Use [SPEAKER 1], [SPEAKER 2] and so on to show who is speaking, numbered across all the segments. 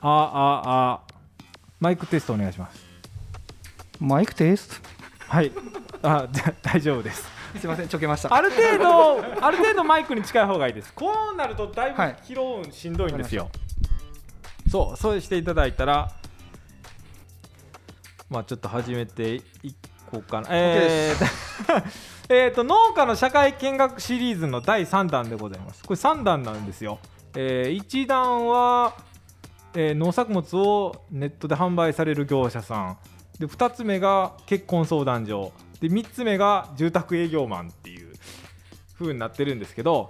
[SPEAKER 1] あああマイクテストお願いします
[SPEAKER 2] マイクテスト
[SPEAKER 1] はい あじゃ大丈夫です
[SPEAKER 2] すいませんちょけました
[SPEAKER 1] ある程度ある程度マイクに近い方がいいですこうなるとだいぶ
[SPEAKER 2] はい
[SPEAKER 1] 拾うんしんどいんですよ、そうそうしていただいたらまあちょっと始めていこうかなえーえー と農家の社会見学シリーズの第3弾でございますこれ3弾なんですよ、え1弾は、えー農作物をネットで販売される業者さんで2つ目が結婚相談所で3つ目が住宅営業マンっていう風になってるんですけど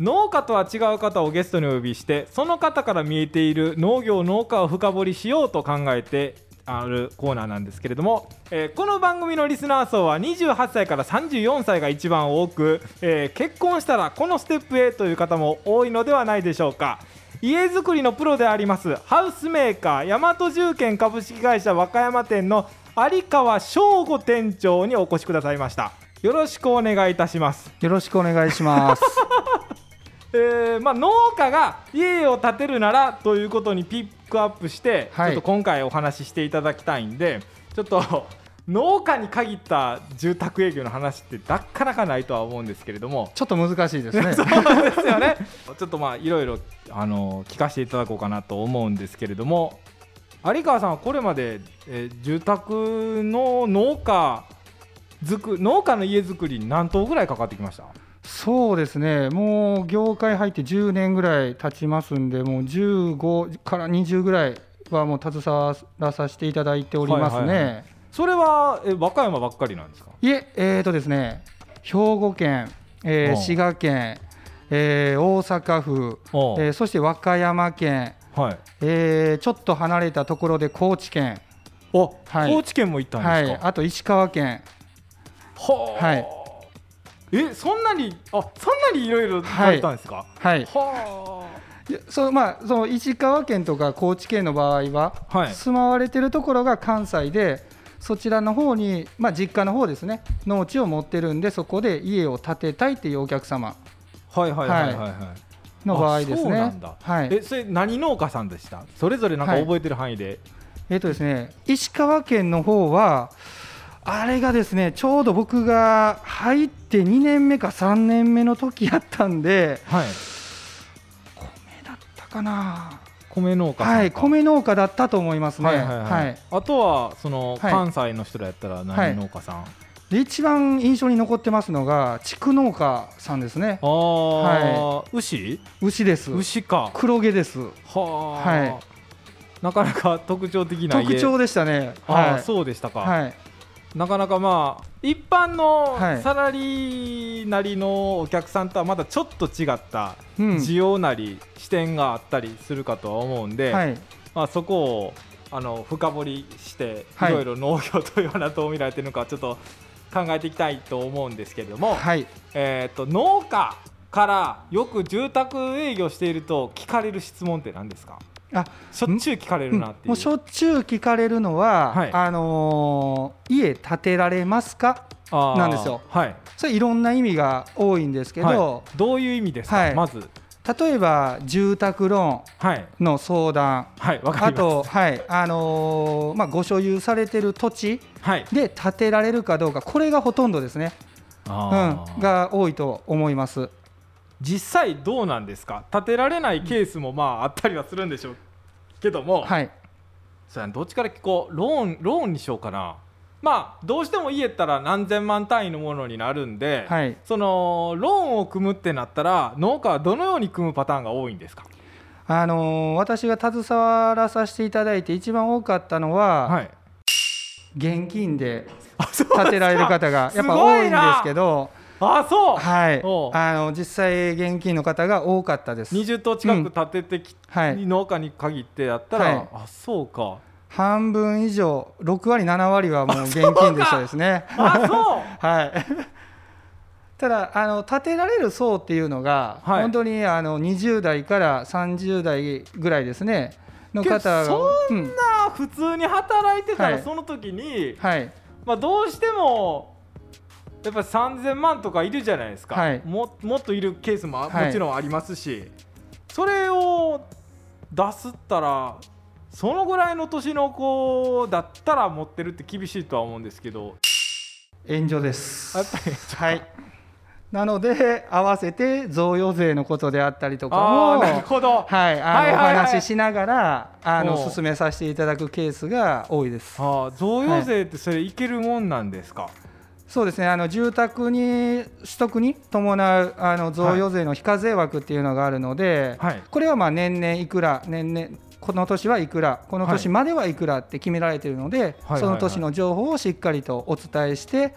[SPEAKER 1] 農家とは違う方をゲストにお呼びしてその方から見えている農業農家を深掘りしようと考えてあるコーナーなんですけれども、えーこの番組のリスナー層は28歳から34歳が一番多く、えー結婚したらこのステップへという方も多いのではないでしょうか家づくりのプロでありますハウスメーカー大和重建株式会社和歌山店の有川翔吾店長にお越しくださいましたよろしくお願いいたします
[SPEAKER 2] よろしくお願いします
[SPEAKER 1] えーまあ、農家が家を建てるならということにピックアップして、
[SPEAKER 2] はい
[SPEAKER 1] ちょっと今回お話ししていただきたいんでちょっと農家に限った住宅営業の話ってなかなかないとは思うんですけれども
[SPEAKER 2] ちょっと難しいですね
[SPEAKER 1] そうですよね ちょっとまあいろいろあの聞かせていただこうかなと思うんですけれども有川さんはこれまで、えー住宅の農家づく農家の家づくりに何棟ぐらいかかってきました
[SPEAKER 2] そうですねもう業界入って10年ぐらい経ちますんでもう15から20ぐらいはもう携わらさせていただいております
[SPEAKER 1] は
[SPEAKER 2] ね、
[SPEAKER 1] い
[SPEAKER 2] い
[SPEAKER 1] はいそれは、えー和歌山ばっかりなんですか
[SPEAKER 2] ええー、とですね兵庫県、えー
[SPEAKER 1] うん
[SPEAKER 2] 滋賀県、えー大阪府、
[SPEAKER 1] おう
[SPEAKER 2] えーそして和歌山県、
[SPEAKER 1] はい。
[SPEAKER 2] えーちょっと離れたところで高知県、
[SPEAKER 1] お、
[SPEAKER 2] はい
[SPEAKER 1] 高知県も行った
[SPEAKER 2] は
[SPEAKER 1] んで
[SPEAKER 2] い、
[SPEAKER 1] すか。
[SPEAKER 2] あと石川県
[SPEAKER 1] はあ
[SPEAKER 2] はい
[SPEAKER 1] え、そんなに、あ、そんなにいろいろ行ったんですか。
[SPEAKER 2] はい
[SPEAKER 1] はあ。
[SPEAKER 2] でそうまあ、その石川県とか高知県の場合は、
[SPEAKER 1] はい
[SPEAKER 2] 住まわれてるところが関西でそちらの方に、まあ、実家の方ですね農地を持ってるんでそこで家を建てたいっていうお客様
[SPEAKER 1] はいはいはいはいはい。
[SPEAKER 2] の場合ですね。
[SPEAKER 1] そうなんだ。
[SPEAKER 2] はい、
[SPEAKER 1] え、それ何農家さんでした。それぞれなんか
[SPEAKER 2] はい
[SPEAKER 1] 覚えてる範囲で。
[SPEAKER 2] えっとですね、石川県の方は、あれがですね、ちょうど僕が入って2年目か3年目の時やったんで、
[SPEAKER 1] はい。
[SPEAKER 2] 米だったかな、
[SPEAKER 1] 米農家さんか。
[SPEAKER 2] はい、米農家だったと思いますね。
[SPEAKER 1] はいはいは
[SPEAKER 2] はいい。
[SPEAKER 1] あとはその
[SPEAKER 2] はい
[SPEAKER 1] 関西の人らやったら
[SPEAKER 2] は
[SPEAKER 1] 何
[SPEAKER 2] い
[SPEAKER 1] 農家さん。あ
[SPEAKER 2] で、一番印象に残ってますのが、畜農家さんですね、
[SPEAKER 1] あ、牛？
[SPEAKER 2] 牛です、
[SPEAKER 1] 牛か。
[SPEAKER 2] 黒毛です、
[SPEAKER 1] はあ。
[SPEAKER 2] はい
[SPEAKER 1] なかなか特徴的な家。
[SPEAKER 2] 特徴でしたね。
[SPEAKER 1] あ
[SPEAKER 2] は
[SPEAKER 1] あ、
[SPEAKER 2] い
[SPEAKER 1] そうでしたか。
[SPEAKER 2] はい、
[SPEAKER 1] なかなかまあ一般の
[SPEAKER 2] はい
[SPEAKER 1] サラリーなりのお客さんとはまだちょっと違った
[SPEAKER 2] うん
[SPEAKER 1] 需要なり視点があったりするかとは思うんで、
[SPEAKER 2] はい、
[SPEAKER 1] まあ、そこをあの深掘りしてい
[SPEAKER 2] はい
[SPEAKER 1] ろいろ農業というのはどう見られてるのかちょっと考えていきたいと思うんですけれども、
[SPEAKER 2] はい、
[SPEAKER 1] えー、と農家からよく住宅営業していると聞かれる質問って何ですか
[SPEAKER 2] あ、
[SPEAKER 1] しょっちゅう聞かれるなっていう。
[SPEAKER 2] もうしょっちゅう聞かれるのは、
[SPEAKER 1] はい
[SPEAKER 2] あのー家建てられますか
[SPEAKER 1] あー
[SPEAKER 2] なんですよ
[SPEAKER 1] はい
[SPEAKER 2] それいろんな意味が多いんですけ
[SPEAKER 1] は
[SPEAKER 2] ど、
[SPEAKER 1] い、どういう意味ですか、
[SPEAKER 2] はい
[SPEAKER 1] まず。
[SPEAKER 2] 例えば住宅ロ
[SPEAKER 1] はい
[SPEAKER 2] ーンの相談
[SPEAKER 1] はい、わか
[SPEAKER 2] あ
[SPEAKER 1] ります。
[SPEAKER 2] と、はいあのーまあ、ご所有されてる土地
[SPEAKER 1] はい。
[SPEAKER 2] で建てられるかどうかこれがほとんどですね、うん、
[SPEAKER 1] が
[SPEAKER 2] が多いと思います。
[SPEAKER 1] 実際どうなんですか。立てられないケースもまああったりはするんでしょうけども、
[SPEAKER 2] はい
[SPEAKER 1] そうやなどっちから聞こう。ローンローンにしようかな。まあどうしても家ったら何千万単位のものになるんで、
[SPEAKER 2] はい
[SPEAKER 1] そのローンを組むってなったら農家はどのように組むパターンが多いんですか。
[SPEAKER 2] あのー私が携わらさせていただいて一番多かったのは、
[SPEAKER 1] はい。
[SPEAKER 2] 現金で
[SPEAKER 1] あそう
[SPEAKER 2] 建てられる方 がやっぱ多いんですけど。
[SPEAKER 1] あそう。
[SPEAKER 2] はい、
[SPEAKER 1] おう
[SPEAKER 2] あの実際、現金の方が多かったです。
[SPEAKER 1] 20棟近く建ててき、
[SPEAKER 2] はい、
[SPEAKER 1] 農家に限ってやったら、
[SPEAKER 2] はい
[SPEAKER 1] あそうか。
[SPEAKER 2] 半分以上、6割、7割はもう現金でしたですね。
[SPEAKER 1] あ そう。
[SPEAKER 2] はい、 ただあの、建てられる層っていうのが、
[SPEAKER 1] はい
[SPEAKER 2] 本当にあの20代から30代ぐらいですね、の
[SPEAKER 1] けど
[SPEAKER 2] 方が、
[SPEAKER 1] そ
[SPEAKER 2] うん
[SPEAKER 1] な普通に働いてたら
[SPEAKER 2] はい
[SPEAKER 1] その時に、
[SPEAKER 2] はい、
[SPEAKER 1] まあ、どうしてもやっぱり3000万とかいるじゃないですか、
[SPEAKER 2] はい
[SPEAKER 1] ももっといるケースもあ
[SPEAKER 2] はい
[SPEAKER 1] もちろんありますし、それを出すったらそのぐらいの年の子だったら持ってるって厳しいとは思うんですけど
[SPEAKER 2] 援助です
[SPEAKER 1] やっぱり
[SPEAKER 2] はいなので合わせて贈与税のことであったりとか
[SPEAKER 1] ああ
[SPEAKER 2] も
[SPEAKER 1] なるほど
[SPEAKER 2] はい、あの、
[SPEAKER 1] はいはいはい
[SPEAKER 2] お話ししながら、あ
[SPEAKER 1] おう
[SPEAKER 2] の、進めさせていただくケースが多いです。
[SPEAKER 1] ああ贈与税ってそれいけるもんなんですか、
[SPEAKER 2] そうですね、あの、住宅に、取得に伴う、あの、贈与税の非課税枠っていうのがあるので。
[SPEAKER 1] はい
[SPEAKER 2] これは、まあ、年々いくら、年々。この年はいくら、この
[SPEAKER 1] はい
[SPEAKER 2] 年まではいくらって決められているので、
[SPEAKER 1] はい
[SPEAKER 2] その年の情報をしっかりとお伝えして、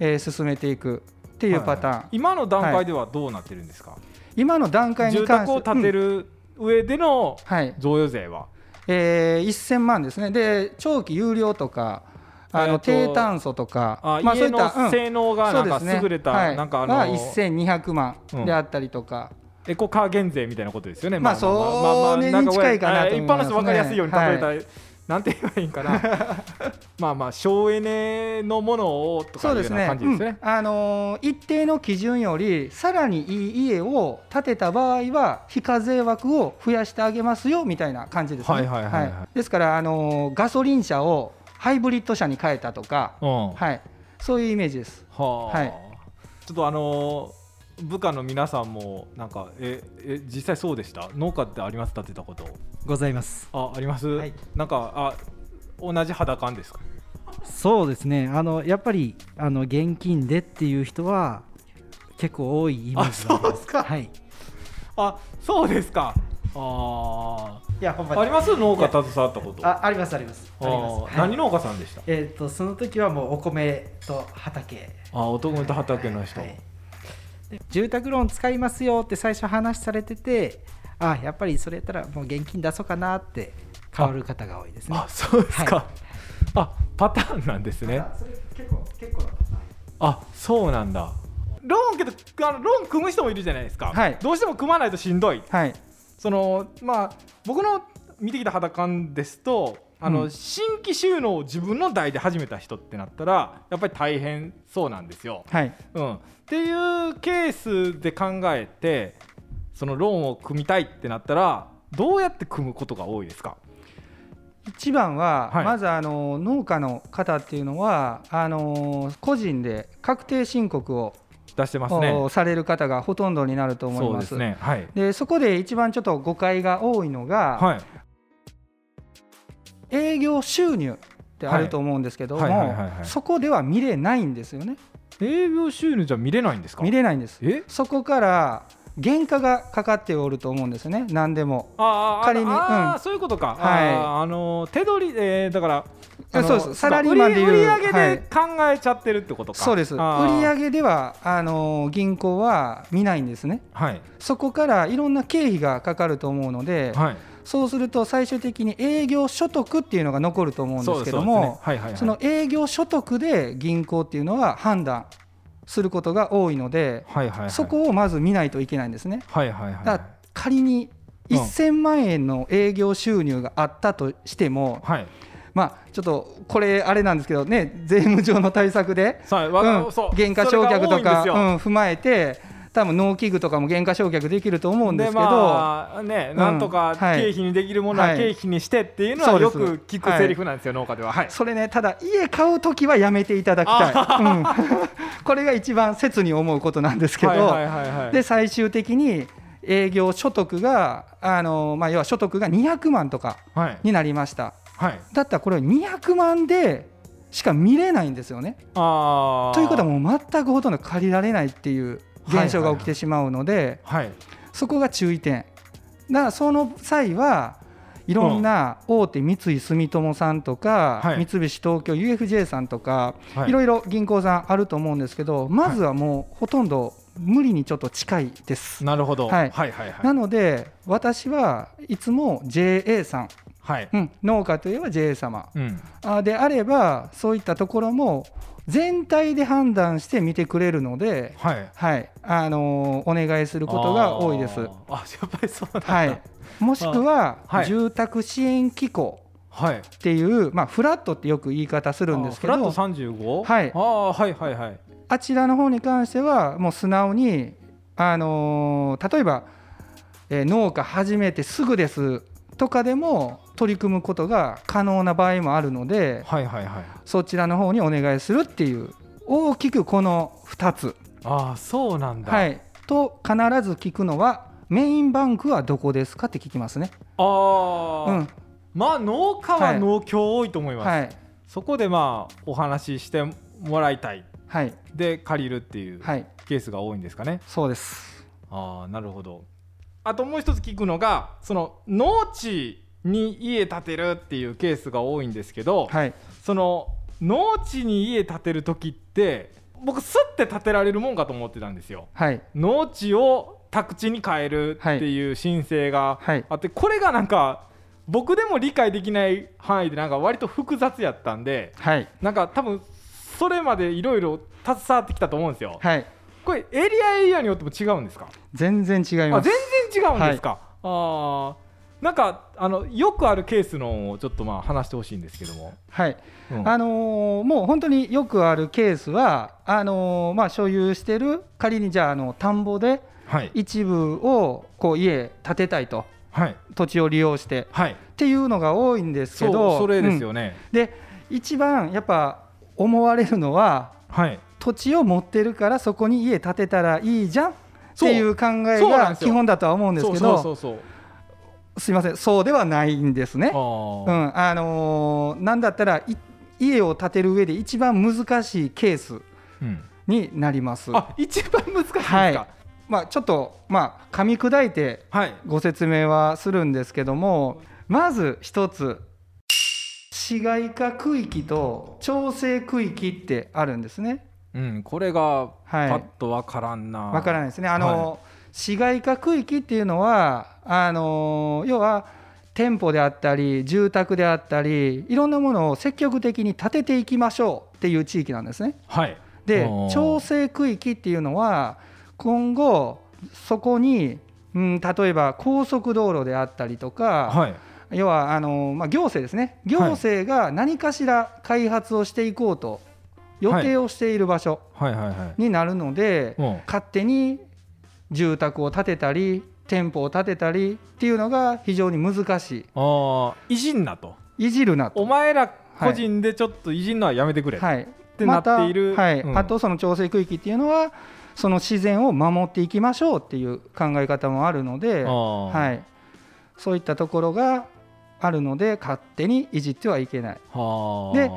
[SPEAKER 2] えー進めていくっていうパターン、
[SPEAKER 1] はい今の段階ではどうなってるんですか、
[SPEAKER 2] 今の段階に
[SPEAKER 1] 住宅
[SPEAKER 2] 関して
[SPEAKER 1] を建て
[SPEAKER 2] うん
[SPEAKER 1] る上での
[SPEAKER 2] はい、
[SPEAKER 1] 贈与税は、
[SPEAKER 2] えー、1000万ですね、で長期有料とか、
[SPEAKER 1] え
[SPEAKER 2] あ
[SPEAKER 1] ー
[SPEAKER 2] の
[SPEAKER 1] と
[SPEAKER 2] 低炭素とか、
[SPEAKER 1] あ
[SPEAKER 2] まあ、そ
[SPEAKER 1] 家
[SPEAKER 2] ういった、
[SPEAKER 1] の
[SPEAKER 2] うん
[SPEAKER 1] 性能が
[SPEAKER 2] そ
[SPEAKER 1] な
[SPEAKER 2] うんです
[SPEAKER 1] か
[SPEAKER 2] ね
[SPEAKER 1] 優れた、
[SPEAKER 2] はい
[SPEAKER 1] なんかあの、
[SPEAKER 2] が1200万であったりとか、
[SPEAKER 1] エコカー減税みたいなことですよね。
[SPEAKER 2] まあそれに
[SPEAKER 1] んこれ
[SPEAKER 2] 近いかなと思いますね
[SPEAKER 1] 一般の人分かりやすいように例えたら、なんて言えばいいんかな。 まあまあ省エネのものをとか
[SPEAKER 2] そう
[SPEAKER 1] いうよう
[SPEAKER 2] です
[SPEAKER 1] な
[SPEAKER 2] ね
[SPEAKER 1] 感じですね。
[SPEAKER 2] うんあのー一定の基準より、さらにいい家を建てた場合は、非課税枠を増やしてあげますよみたいな感じですね。
[SPEAKER 1] はいはいはいはい
[SPEAKER 2] ですから、あのーガソリン車をハイブリッド車に変えたとか、
[SPEAKER 1] うん。は
[SPEAKER 2] はい、そういうイメージです。
[SPEAKER 1] あ、
[SPEAKER 2] はい
[SPEAKER 1] ちょっとあのー部下の皆さんもなんかええ実際そうでした。農家ってあります建てたこと。
[SPEAKER 3] ございます
[SPEAKER 1] ああります。
[SPEAKER 3] はい
[SPEAKER 1] なんかあ同じ肌感ですか。
[SPEAKER 3] そうですねあのやっぱりあの現金でっていう人は結構多いイメージがあり
[SPEAKER 1] あそう
[SPEAKER 3] ま
[SPEAKER 1] ですすか
[SPEAKER 3] はい
[SPEAKER 1] あそうですか。あ
[SPEAKER 3] いやほん
[SPEAKER 1] あ。あります農家携わったこと。
[SPEAKER 3] あありますありますあります、
[SPEAKER 1] あー
[SPEAKER 3] はい
[SPEAKER 1] 何農家さんでした。
[SPEAKER 3] えっ、とその時はもうお米と畑
[SPEAKER 1] あ男と畑の人、
[SPEAKER 3] はいで住宅ローン使いますよって最初話されててあやっぱりそれやったらもう現金出そうかなって変わる方が多いですね
[SPEAKER 1] あそうですか、
[SPEAKER 3] はい
[SPEAKER 1] あパターンなんですね
[SPEAKER 3] それ結構結構
[SPEAKER 1] あそうなんだローンけどあのローン組む人もいるじゃないですか、
[SPEAKER 2] はい
[SPEAKER 1] どうしても組まないとしんどい
[SPEAKER 2] はい、
[SPEAKER 1] そのまあ僕の見てきた肌感ですとあの、
[SPEAKER 2] うん
[SPEAKER 1] 新規収納を自分の代で始めた人ってなったらやっぱり大変そうなんですよ、
[SPEAKER 2] はい
[SPEAKER 1] うん、っていうケースで考えてそのローンを組みたいってなったらどうやって組むことが多いですか
[SPEAKER 2] 一番は、
[SPEAKER 1] はい
[SPEAKER 2] まずあの農家の方っていうのはあの個人で確定申告を、
[SPEAKER 1] 出してますね
[SPEAKER 2] おされる方がほとんどになると思い
[SPEAKER 1] そう
[SPEAKER 2] ま。
[SPEAKER 1] ですすねはい
[SPEAKER 2] でそこで一番ちょっと誤解が多いのが、
[SPEAKER 1] はい
[SPEAKER 2] 営業収入ってあると思うんですけど
[SPEAKER 1] はいはいはいはい
[SPEAKER 2] も
[SPEAKER 1] はい
[SPEAKER 2] そこでは見れないんですよね
[SPEAKER 1] 営業収入じゃ見れないんですか
[SPEAKER 2] 見れないんです
[SPEAKER 1] え
[SPEAKER 2] そこから原価がかかっておると思うんですね何でも
[SPEAKER 1] あーあ
[SPEAKER 2] 仮に
[SPEAKER 1] あー
[SPEAKER 2] うん
[SPEAKER 1] そういうことか、
[SPEAKER 2] はい
[SPEAKER 1] あーあのー手取り、えー、だから
[SPEAKER 2] え
[SPEAKER 1] あの
[SPEAKER 2] そうですサラリーマンでいう
[SPEAKER 1] 売り売り上
[SPEAKER 2] は
[SPEAKER 1] げ
[SPEAKER 2] い
[SPEAKER 1] で考えちゃってるってことか、
[SPEAKER 2] そうです売
[SPEAKER 1] あー
[SPEAKER 2] 上ではあの銀行は見ないんですね
[SPEAKER 1] はい
[SPEAKER 2] そこからいろんな経費がかかると思うので、
[SPEAKER 1] はい
[SPEAKER 2] そうすると最終的に営業所得っていうのが残ると思うんですけど
[SPEAKER 1] そう
[SPEAKER 2] も
[SPEAKER 1] ねはいはいはい
[SPEAKER 2] その営業所得で銀行っていうのは判断することが多いので、
[SPEAKER 1] はいはいはい
[SPEAKER 2] そこをまず見ないといけないんですね。
[SPEAKER 1] はいはいはい
[SPEAKER 2] だから仮に
[SPEAKER 1] うん
[SPEAKER 2] 1000万円の営業収入があったとしても、
[SPEAKER 1] はい
[SPEAKER 2] まあ、ちょっとこれ、あれなんですけどね、税務上の対策で、
[SPEAKER 1] さあ
[SPEAKER 2] う
[SPEAKER 1] わ
[SPEAKER 2] ん、
[SPEAKER 1] そう
[SPEAKER 2] 減価償却と
[SPEAKER 1] それが多いんで
[SPEAKER 2] か、
[SPEAKER 1] すよ
[SPEAKER 2] うん、踏まえて、多分農機具とかも減価償却できると思うんですけど、
[SPEAKER 1] まあね、
[SPEAKER 2] ん
[SPEAKER 1] なんとか
[SPEAKER 2] はい
[SPEAKER 1] 経費にできるものは
[SPEAKER 2] はい
[SPEAKER 1] 経費にしてっていうのは
[SPEAKER 2] そう
[SPEAKER 1] よ
[SPEAKER 2] です
[SPEAKER 1] く聞くセリフなんですよ、農家では。はい、
[SPEAKER 2] それね、ただ、家買うときはやめていただきたい、うん、 これが一番切に思うことなんですけど。
[SPEAKER 1] はいはいはいはい
[SPEAKER 2] で最終的に営業所得があの、まあ、要は所得が200万とか
[SPEAKER 1] はい
[SPEAKER 2] になりました
[SPEAKER 1] はい
[SPEAKER 2] だったらこれは200万でしか見れないんですよね。
[SPEAKER 1] あー
[SPEAKER 2] ということはもう全くほとんど借りられないっていう現象が起きてしまうので、
[SPEAKER 1] はい
[SPEAKER 2] そこが注意点だからその際はいろんな大手三井住友さんとか、
[SPEAKER 1] はい
[SPEAKER 2] 三菱東京 UFJ さんとか、
[SPEAKER 1] はい
[SPEAKER 2] いろいろ銀行さんあると思うんですけどまずはもうほとんど無理にちょっと近いです。
[SPEAKER 1] なるほど、は、
[SPEAKER 2] はいい
[SPEAKER 1] はいはいはい
[SPEAKER 2] なので私はいつも JA さん、
[SPEAKER 1] はい
[SPEAKER 2] うん、農家といえば JA 様
[SPEAKER 1] うん
[SPEAKER 2] あであればそういったところも全体で判断して見てくれるので、
[SPEAKER 1] はい
[SPEAKER 2] はいあのーお願いすることが多いです
[SPEAKER 1] あー。あやっぱりそうなんだ
[SPEAKER 2] はい、もしくは
[SPEAKER 1] はい
[SPEAKER 2] 住宅支援機構
[SPEAKER 1] はい
[SPEAKER 2] っていう、まあ、フラットってよく言い方するんですけ
[SPEAKER 1] あフラッ
[SPEAKER 2] ど
[SPEAKER 1] ト三十五
[SPEAKER 2] はい
[SPEAKER 1] ああはいはいはい
[SPEAKER 2] あちらの方に関してはもう素直に、あのー例えば、えー農家始めてすぐですとかでも取り組むことが可能な場合もあるので
[SPEAKER 1] はいはいはい
[SPEAKER 2] そちらの方にお願いするっていう大きくこの2つ、
[SPEAKER 1] ああそうなんだ、
[SPEAKER 2] はい、と必ず聞くのはメインバンクはどこですかって聞きますね。
[SPEAKER 1] あ
[SPEAKER 2] う
[SPEAKER 1] あ、
[SPEAKER 2] ん
[SPEAKER 1] まあ農家は農協多いと思います、
[SPEAKER 2] はい
[SPEAKER 1] そこでまあお話ししてもらいたい
[SPEAKER 2] はい
[SPEAKER 1] で借りるっていう
[SPEAKER 2] はい
[SPEAKER 1] ケースが多いんですかね、
[SPEAKER 2] そうです。
[SPEAKER 1] ああなるほどあともう一つ聞くのがその農地に家建てるっていうケースが多いんですけど、
[SPEAKER 2] はい
[SPEAKER 1] その農地に家建てる時って僕すって建てられるもんかと思ってたんですよ
[SPEAKER 2] はい
[SPEAKER 1] 農地を宅地に変えるっていう申請が
[SPEAKER 2] はい
[SPEAKER 1] あってこれがなんか僕でも理解できない範囲でなんか割と複雑やったんで
[SPEAKER 2] はい
[SPEAKER 1] なんか多分それまでいろいろ携わってきたと思うんですよ
[SPEAKER 2] はい
[SPEAKER 1] これエリアエリアによっても違うんですか
[SPEAKER 2] 全然違い
[SPEAKER 1] あ
[SPEAKER 2] ます。
[SPEAKER 1] 全然違うんですか、ああなんかあのよくあるケースのをちょっとまあ話してほしいんですけども、
[SPEAKER 2] はい
[SPEAKER 1] うん
[SPEAKER 2] あのーもう本当によくあるケースはあのーまあ、所有してる仮にじゃああの田んぼで
[SPEAKER 1] はい
[SPEAKER 2] 一部をこう家建てたいと
[SPEAKER 1] はい
[SPEAKER 2] 土地を利用して
[SPEAKER 1] はい
[SPEAKER 2] っていうのが多いんですけ
[SPEAKER 1] そう
[SPEAKER 2] ど
[SPEAKER 1] それです
[SPEAKER 2] う
[SPEAKER 1] よね、
[SPEAKER 2] んで一番やっぱ思われるのは
[SPEAKER 1] はい
[SPEAKER 2] 土地を持ってるからそこに家建てたらいいじゃんっていう考え
[SPEAKER 1] そうなん
[SPEAKER 2] が
[SPEAKER 1] ですよ
[SPEAKER 2] 基本だとは思うんですけ
[SPEAKER 1] そう
[SPEAKER 2] ど
[SPEAKER 1] そうそうそう
[SPEAKER 2] すいませんそうではないんですね。う
[SPEAKER 1] ああ、
[SPEAKER 2] んあのーなんだったらい家を建てる上で一番難しいケース
[SPEAKER 1] うん
[SPEAKER 2] になります。
[SPEAKER 1] あ一番難しいですか
[SPEAKER 2] は
[SPEAKER 1] はいい、
[SPEAKER 2] まあ、ちょっと、まあ、噛み砕いてご説明はするんですけどもまず一つ市街化区域と調整区域ってあるんですね。
[SPEAKER 1] うん、これがパ
[SPEAKER 2] はい
[SPEAKER 1] ッとわからんな、
[SPEAKER 2] わか
[SPEAKER 1] ない
[SPEAKER 2] らないですね。あの、市街化区域っていうのはあの要は店舗であったり住宅であったりいろんなものを積極的に建てていきましょうっていう地域なんですね。
[SPEAKER 1] はい
[SPEAKER 2] で
[SPEAKER 1] おー
[SPEAKER 2] 調整区域っていうのは今後そこに、うん、例えば高速道路であったりとか、
[SPEAKER 1] はい
[SPEAKER 2] 要はあの、まあ、行政ですね行政が何かしら開発をしていこうと予定をしている場所
[SPEAKER 1] はいはいはい
[SPEAKER 2] になるので、
[SPEAKER 1] うん
[SPEAKER 2] 勝手に住宅を建てたり店舗を建てたりっていうのが非常に難し
[SPEAKER 1] ああいじんなと
[SPEAKER 2] いいじるなと。
[SPEAKER 1] お前ら個人でちょっといじんのはやめてくれ、
[SPEAKER 2] はい、
[SPEAKER 1] てなっている
[SPEAKER 2] またはい
[SPEAKER 1] うん
[SPEAKER 2] あとその調整区域っていうのはその自然を守っていきましょうっていう考え方もあるので、
[SPEAKER 1] ああ
[SPEAKER 2] はい、そういったところがあるので勝手にいじってはいけない
[SPEAKER 1] はあ
[SPEAKER 2] で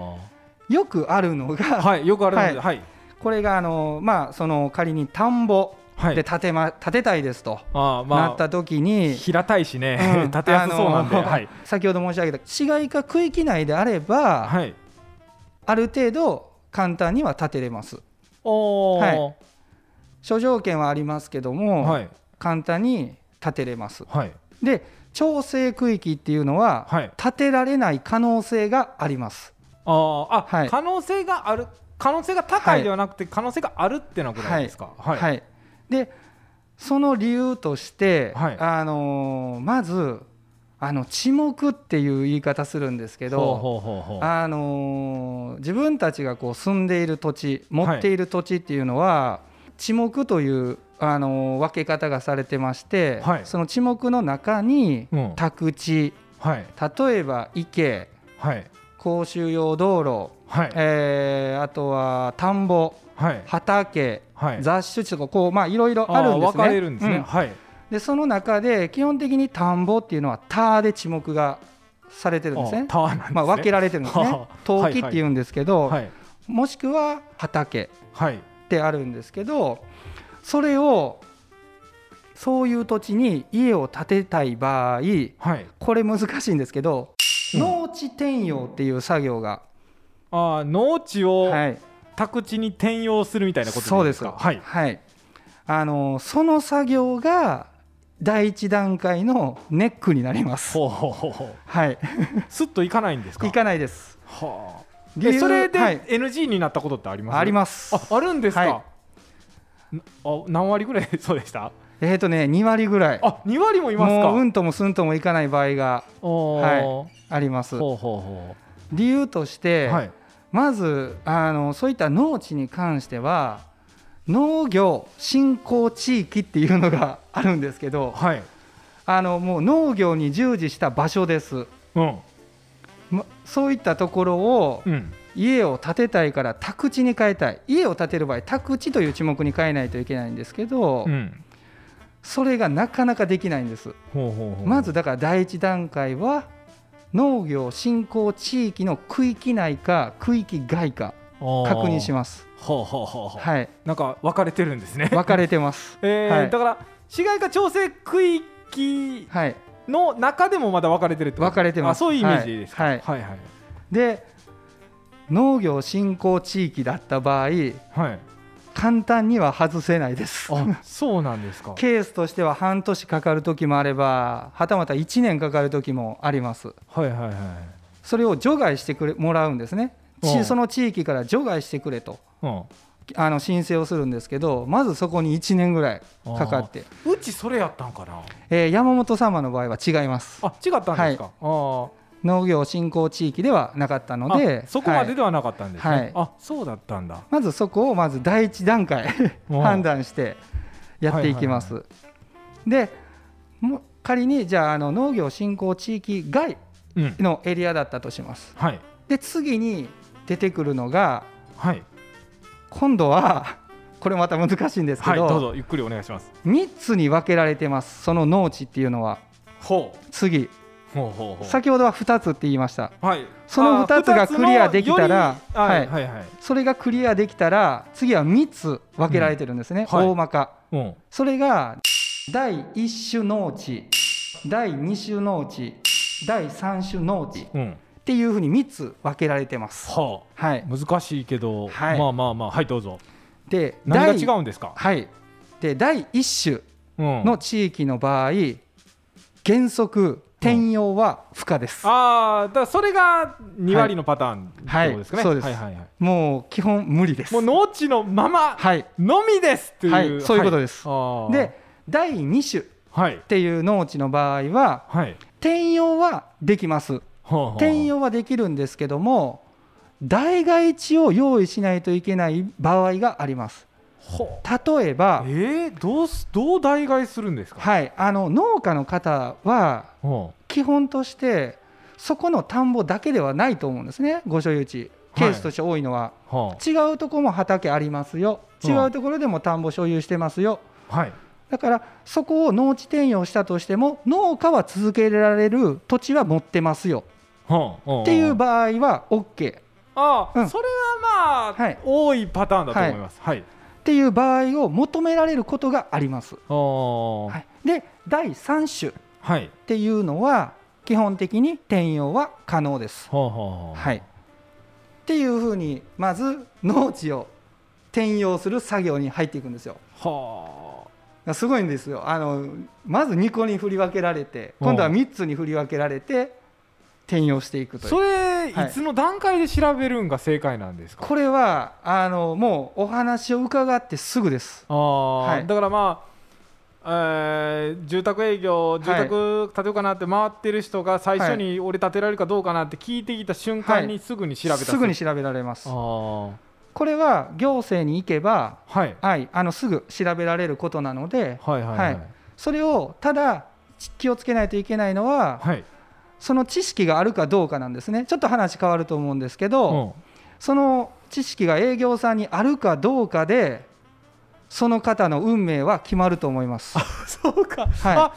[SPEAKER 2] よくあるのが、
[SPEAKER 1] はいよくあるんではい
[SPEAKER 2] これがあの、まあ、その仮に田んぼ
[SPEAKER 1] はい、
[SPEAKER 2] で建て,、ま、建てたいですと
[SPEAKER 1] ああ
[SPEAKER 2] な
[SPEAKER 1] ま
[SPEAKER 2] った
[SPEAKER 1] あ
[SPEAKER 2] 時に、
[SPEAKER 1] 平たいしね、
[SPEAKER 2] うん
[SPEAKER 1] 立てやすそうなんで、
[SPEAKER 2] あの
[SPEAKER 1] はい
[SPEAKER 2] 先ほど申し上げた市街化区域内であれば、
[SPEAKER 1] はい
[SPEAKER 2] ある程度簡単には建てれます
[SPEAKER 1] おお
[SPEAKER 2] は諸条件はありますけども、
[SPEAKER 1] はい
[SPEAKER 2] 簡単に建てれます
[SPEAKER 1] はい
[SPEAKER 2] で調整区域っていうのは、
[SPEAKER 1] はい
[SPEAKER 2] 建てられない可能性があります
[SPEAKER 1] あーあ、
[SPEAKER 2] はい
[SPEAKER 1] 可能性がある可能性が高いではなくて、可能性があるってのはぐらいですかはいはい
[SPEAKER 2] でその理由として、
[SPEAKER 1] はい
[SPEAKER 2] あのーまずあの沈黙っていう言い方するんですけど
[SPEAKER 1] ほうほうほうほう
[SPEAKER 2] あのー自分たちがこう住んでいる土地持っている土地っていうのは、地目という、あのー分け方がされてまして、
[SPEAKER 1] はい
[SPEAKER 2] その地目の中に、
[SPEAKER 1] うん
[SPEAKER 2] 宅地
[SPEAKER 1] はい
[SPEAKER 2] 例えば池
[SPEAKER 1] はい
[SPEAKER 2] 公衆用道路、
[SPEAKER 1] はい
[SPEAKER 2] えーあとは田んぼ
[SPEAKER 1] はい
[SPEAKER 2] 畑、
[SPEAKER 1] はい
[SPEAKER 2] 雑種地とかこうまあいろいろあるんですね
[SPEAKER 1] ー分かれるんですね、
[SPEAKER 2] うん
[SPEAKER 1] はい
[SPEAKER 2] でその中で基本的に田んぼっていうのは田で地目がされてるんですね
[SPEAKER 1] あータワーなんですね
[SPEAKER 2] まあ、分けられてるんですね
[SPEAKER 1] はあ
[SPEAKER 2] 陶器っていうんですけど、
[SPEAKER 1] はい
[SPEAKER 2] もしくは畑
[SPEAKER 1] はい
[SPEAKER 2] ってあるんですけどそれをそういう土地に家を建てたい場合
[SPEAKER 1] はい
[SPEAKER 2] これ難しいんですけど、
[SPEAKER 1] うん
[SPEAKER 2] 農地転用っていう作業が、
[SPEAKER 1] あー農地を
[SPEAKER 2] はい、
[SPEAKER 1] 宅地に転用するみたいなこと
[SPEAKER 2] そうです
[SPEAKER 1] すかはい
[SPEAKER 2] はい、あのその作業が第一段階のネックになります。
[SPEAKER 1] ほうほうほうほう
[SPEAKER 2] はい、
[SPEAKER 1] すっといかないんですか
[SPEAKER 2] 行かないです。
[SPEAKER 1] はあ
[SPEAKER 2] 理
[SPEAKER 1] え
[SPEAKER 2] 由
[SPEAKER 1] それで
[SPEAKER 2] はい
[SPEAKER 1] NG になったことってあります
[SPEAKER 2] あります。
[SPEAKER 1] ああるんですか、
[SPEAKER 2] はい
[SPEAKER 1] なあ何割ぐらい そうでした
[SPEAKER 2] えっ、とね、2割ぐらい。
[SPEAKER 1] あ二2割もいますか
[SPEAKER 2] もううんともすんともいかない場合が
[SPEAKER 1] おー
[SPEAKER 2] はあります。
[SPEAKER 1] ほうほうほ
[SPEAKER 2] 理由とし
[SPEAKER 1] う
[SPEAKER 2] て、
[SPEAKER 1] はい
[SPEAKER 2] まずあのそういった農地に関しては農業振興地域っていうのがあるんですけど
[SPEAKER 1] はい
[SPEAKER 2] あのもう農業に従事した場所です、
[SPEAKER 1] うん
[SPEAKER 2] ま、そういったところを
[SPEAKER 1] うん
[SPEAKER 2] 家を建てたいから宅地に変えたい家を建てる場合宅地という地目に変えないといけないんですけど、
[SPEAKER 1] うん
[SPEAKER 2] それがなかなかできないんです、
[SPEAKER 1] ほうほうほう
[SPEAKER 2] まずだから第一段階は農業振興地域の区域内か区域外か確認し
[SPEAKER 1] ま
[SPEAKER 2] ます
[SPEAKER 1] すほうほうほうほう
[SPEAKER 2] はい
[SPEAKER 1] なんか分かれてるんですね
[SPEAKER 2] 分かれてます
[SPEAKER 1] えー
[SPEAKER 2] はい
[SPEAKER 1] だから市街化調整区域
[SPEAKER 2] はい
[SPEAKER 1] の中でもまだ分かれてるってこと
[SPEAKER 2] 分かれてます
[SPEAKER 1] あそういうイメージでいいですか、
[SPEAKER 2] はい
[SPEAKER 1] はいはい
[SPEAKER 2] で農業振興地域だった場合
[SPEAKER 1] はい
[SPEAKER 2] 簡単には外せないです
[SPEAKER 1] あそうなんですか
[SPEAKER 2] ケースとしては半年かかる時もあればはたまた1年かかる時もあります
[SPEAKER 1] はいはいはい
[SPEAKER 2] それを除外してくれもらうんですねち
[SPEAKER 1] うん
[SPEAKER 2] その地域から除外してくれと
[SPEAKER 1] うん
[SPEAKER 2] あの申請をするんですけどまずそこに1年ぐらいかかって、
[SPEAKER 1] うちそれやったんかな
[SPEAKER 2] えー山本様の場合は違います
[SPEAKER 1] あ違ったんですか、
[SPEAKER 2] 農業振興地域ではなかった
[SPEAKER 1] あ
[SPEAKER 2] の
[SPEAKER 1] ー
[SPEAKER 2] で
[SPEAKER 1] あそこま
[SPEAKER 2] は
[SPEAKER 1] で
[SPEAKER 2] い
[SPEAKER 1] ではなかったんですね、
[SPEAKER 2] はい
[SPEAKER 1] あそうだったんだ
[SPEAKER 2] まずそこをまず第一段階
[SPEAKER 1] うん
[SPEAKER 2] 判断してやっていきます、でもう仮にじゃああの農業振興地域外
[SPEAKER 1] うん
[SPEAKER 2] のエリアだったとします
[SPEAKER 1] はい
[SPEAKER 2] で次に出てくるのが
[SPEAKER 1] はい
[SPEAKER 2] 今度はこれまた難しいんですけ
[SPEAKER 1] はい
[SPEAKER 2] ど,、
[SPEAKER 1] どうぞゆっくりお願いします
[SPEAKER 2] 3つに分けられてますその農地っていうのは
[SPEAKER 1] ほ
[SPEAKER 2] 次
[SPEAKER 1] うほうほうほ
[SPEAKER 2] 先ほどは2つって言いました
[SPEAKER 1] うはい
[SPEAKER 2] その二つが
[SPEAKER 1] あー
[SPEAKER 2] クリアできたら
[SPEAKER 1] 二つのよりはい
[SPEAKER 2] は
[SPEAKER 1] はいはい
[SPEAKER 2] それがクリアできたら次は3つ分けられてるんですね、
[SPEAKER 1] うんはい
[SPEAKER 2] 大まか
[SPEAKER 1] うん
[SPEAKER 2] それが第1種農地第2種農地第3種農地っ
[SPEAKER 1] うん
[SPEAKER 2] ていうふうに3つ分けられてます
[SPEAKER 1] は
[SPEAKER 2] はい
[SPEAKER 1] あ難しいけど、
[SPEAKER 2] はい
[SPEAKER 1] まあまあまあはいどうぞ
[SPEAKER 2] で
[SPEAKER 1] 何
[SPEAKER 2] 第
[SPEAKER 1] が違うんですか
[SPEAKER 2] はいで第1
[SPEAKER 1] うん
[SPEAKER 2] 種の地域の場合原則転用は不可です、
[SPEAKER 1] ああだからそれが2割のパターンってことですかね、
[SPEAKER 2] はいそうです
[SPEAKER 1] はいはいはい
[SPEAKER 2] もう基本無理です
[SPEAKER 1] もう農地のまま
[SPEAKER 2] はい
[SPEAKER 1] のみですっていう、
[SPEAKER 2] はいそういうことです
[SPEAKER 1] あー
[SPEAKER 2] で第2種っ
[SPEAKER 1] はい
[SPEAKER 2] ていう農地の場合は
[SPEAKER 1] はい
[SPEAKER 2] 転用はできます
[SPEAKER 1] はあはあ
[SPEAKER 2] 転用はできるんですけども代替地を用意しないといけない場合があります
[SPEAKER 1] ほ
[SPEAKER 2] 例えば、
[SPEAKER 1] えー、どうすどう代替するんですか、
[SPEAKER 2] はい、あの農家の方は
[SPEAKER 1] は
[SPEAKER 2] 基本としてそこの田んぼだけではないと思うんですねご所有地ケースとして多いのは、
[SPEAKER 1] あは
[SPEAKER 2] 違うとこも畑ありますよ違うところでも田んぼ所有してますよ、
[SPEAKER 1] あはい
[SPEAKER 2] だからそこを農地転用したとしても農家は続けられる土地は持ってますよ
[SPEAKER 1] はあはあ
[SPEAKER 2] っていう場合は OK
[SPEAKER 1] ああ、
[SPEAKER 2] うん
[SPEAKER 1] それはまあ、
[SPEAKER 2] はい
[SPEAKER 1] 多いパターンだと思いますはい、
[SPEAKER 2] っていう場合を求められることがあります。
[SPEAKER 1] あー
[SPEAKER 2] はい、で第3種っ
[SPEAKER 1] はい
[SPEAKER 2] ていうのは基本的に転用は可能です。
[SPEAKER 1] はあはあ
[SPEAKER 2] はい、っていうふうにまず農地を転用する作業に入っていくんですよ。
[SPEAKER 1] は
[SPEAKER 2] すごいんですよあのまず2個に振り分けられて
[SPEAKER 1] うん
[SPEAKER 2] 今度は3つに振り分けられて転用していく
[SPEAKER 1] あ
[SPEAKER 2] とい
[SPEAKER 1] そうれ、
[SPEAKER 2] はい
[SPEAKER 1] い、つの段階で調べるんが正解なんですか
[SPEAKER 2] これはあのもうお話を伺ってすぐです。
[SPEAKER 1] ああ、
[SPEAKER 2] はい
[SPEAKER 1] だからまあえー住宅営業住宅建てようかなって回ってる人が最初に俺建てられるかどうかなって聞いてきた瞬間
[SPEAKER 2] は
[SPEAKER 1] に
[SPEAKER 2] い
[SPEAKER 1] すぐに調べた
[SPEAKER 2] すぐに調べられます
[SPEAKER 1] あ。あ
[SPEAKER 2] これは行政に行けば
[SPEAKER 1] はい
[SPEAKER 2] はい、あのすぐ調べられることなので、
[SPEAKER 1] はいはいはい
[SPEAKER 2] はいそれをただち気をつけないといけないのは、
[SPEAKER 1] はい
[SPEAKER 2] その知識があるかどうかなんですね、ちょっと話変わると思うんですけど、
[SPEAKER 1] うん
[SPEAKER 2] その知識が営業さんにあるかどうかで、その方の運命は決まると思います。
[SPEAKER 1] そうか、
[SPEAKER 2] は
[SPEAKER 1] あ